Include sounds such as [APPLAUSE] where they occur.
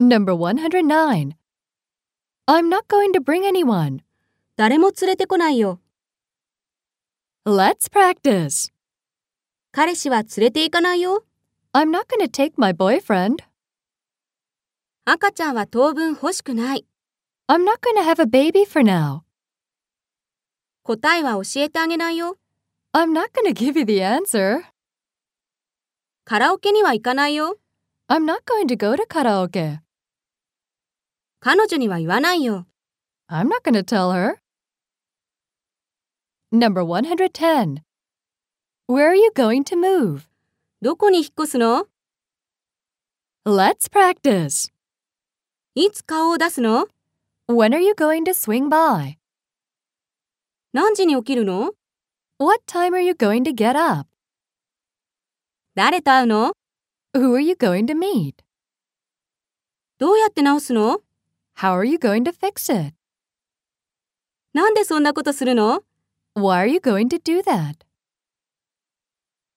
Number 109. I'm not going to bring anyone. 誰も連れてこないよ。 Let's practice. 彼氏は連れて行かないよ。 I'm not going to take my boyfriend. 赤ちゃんは当分欲しくない。 I'm not going to have a baby for now. 答えは教えてあげないよ。 I'm not going to [LAUGHS] give you the answer. カラオケには行かないよ。 I'm not going to go to karaoke. 彼女には言わないよ。 I'm not going to tell her. Number 110. Where are you going to move? どこに引っ越すの Let's practice. いつ顔を出すの When are you going to swing by? 何時に起きるの What time are you going to get up? 誰と会うの Who are you going to meet? どうやって直すの How are you going to fix it? なんでそんなことするの Why are you going to do that?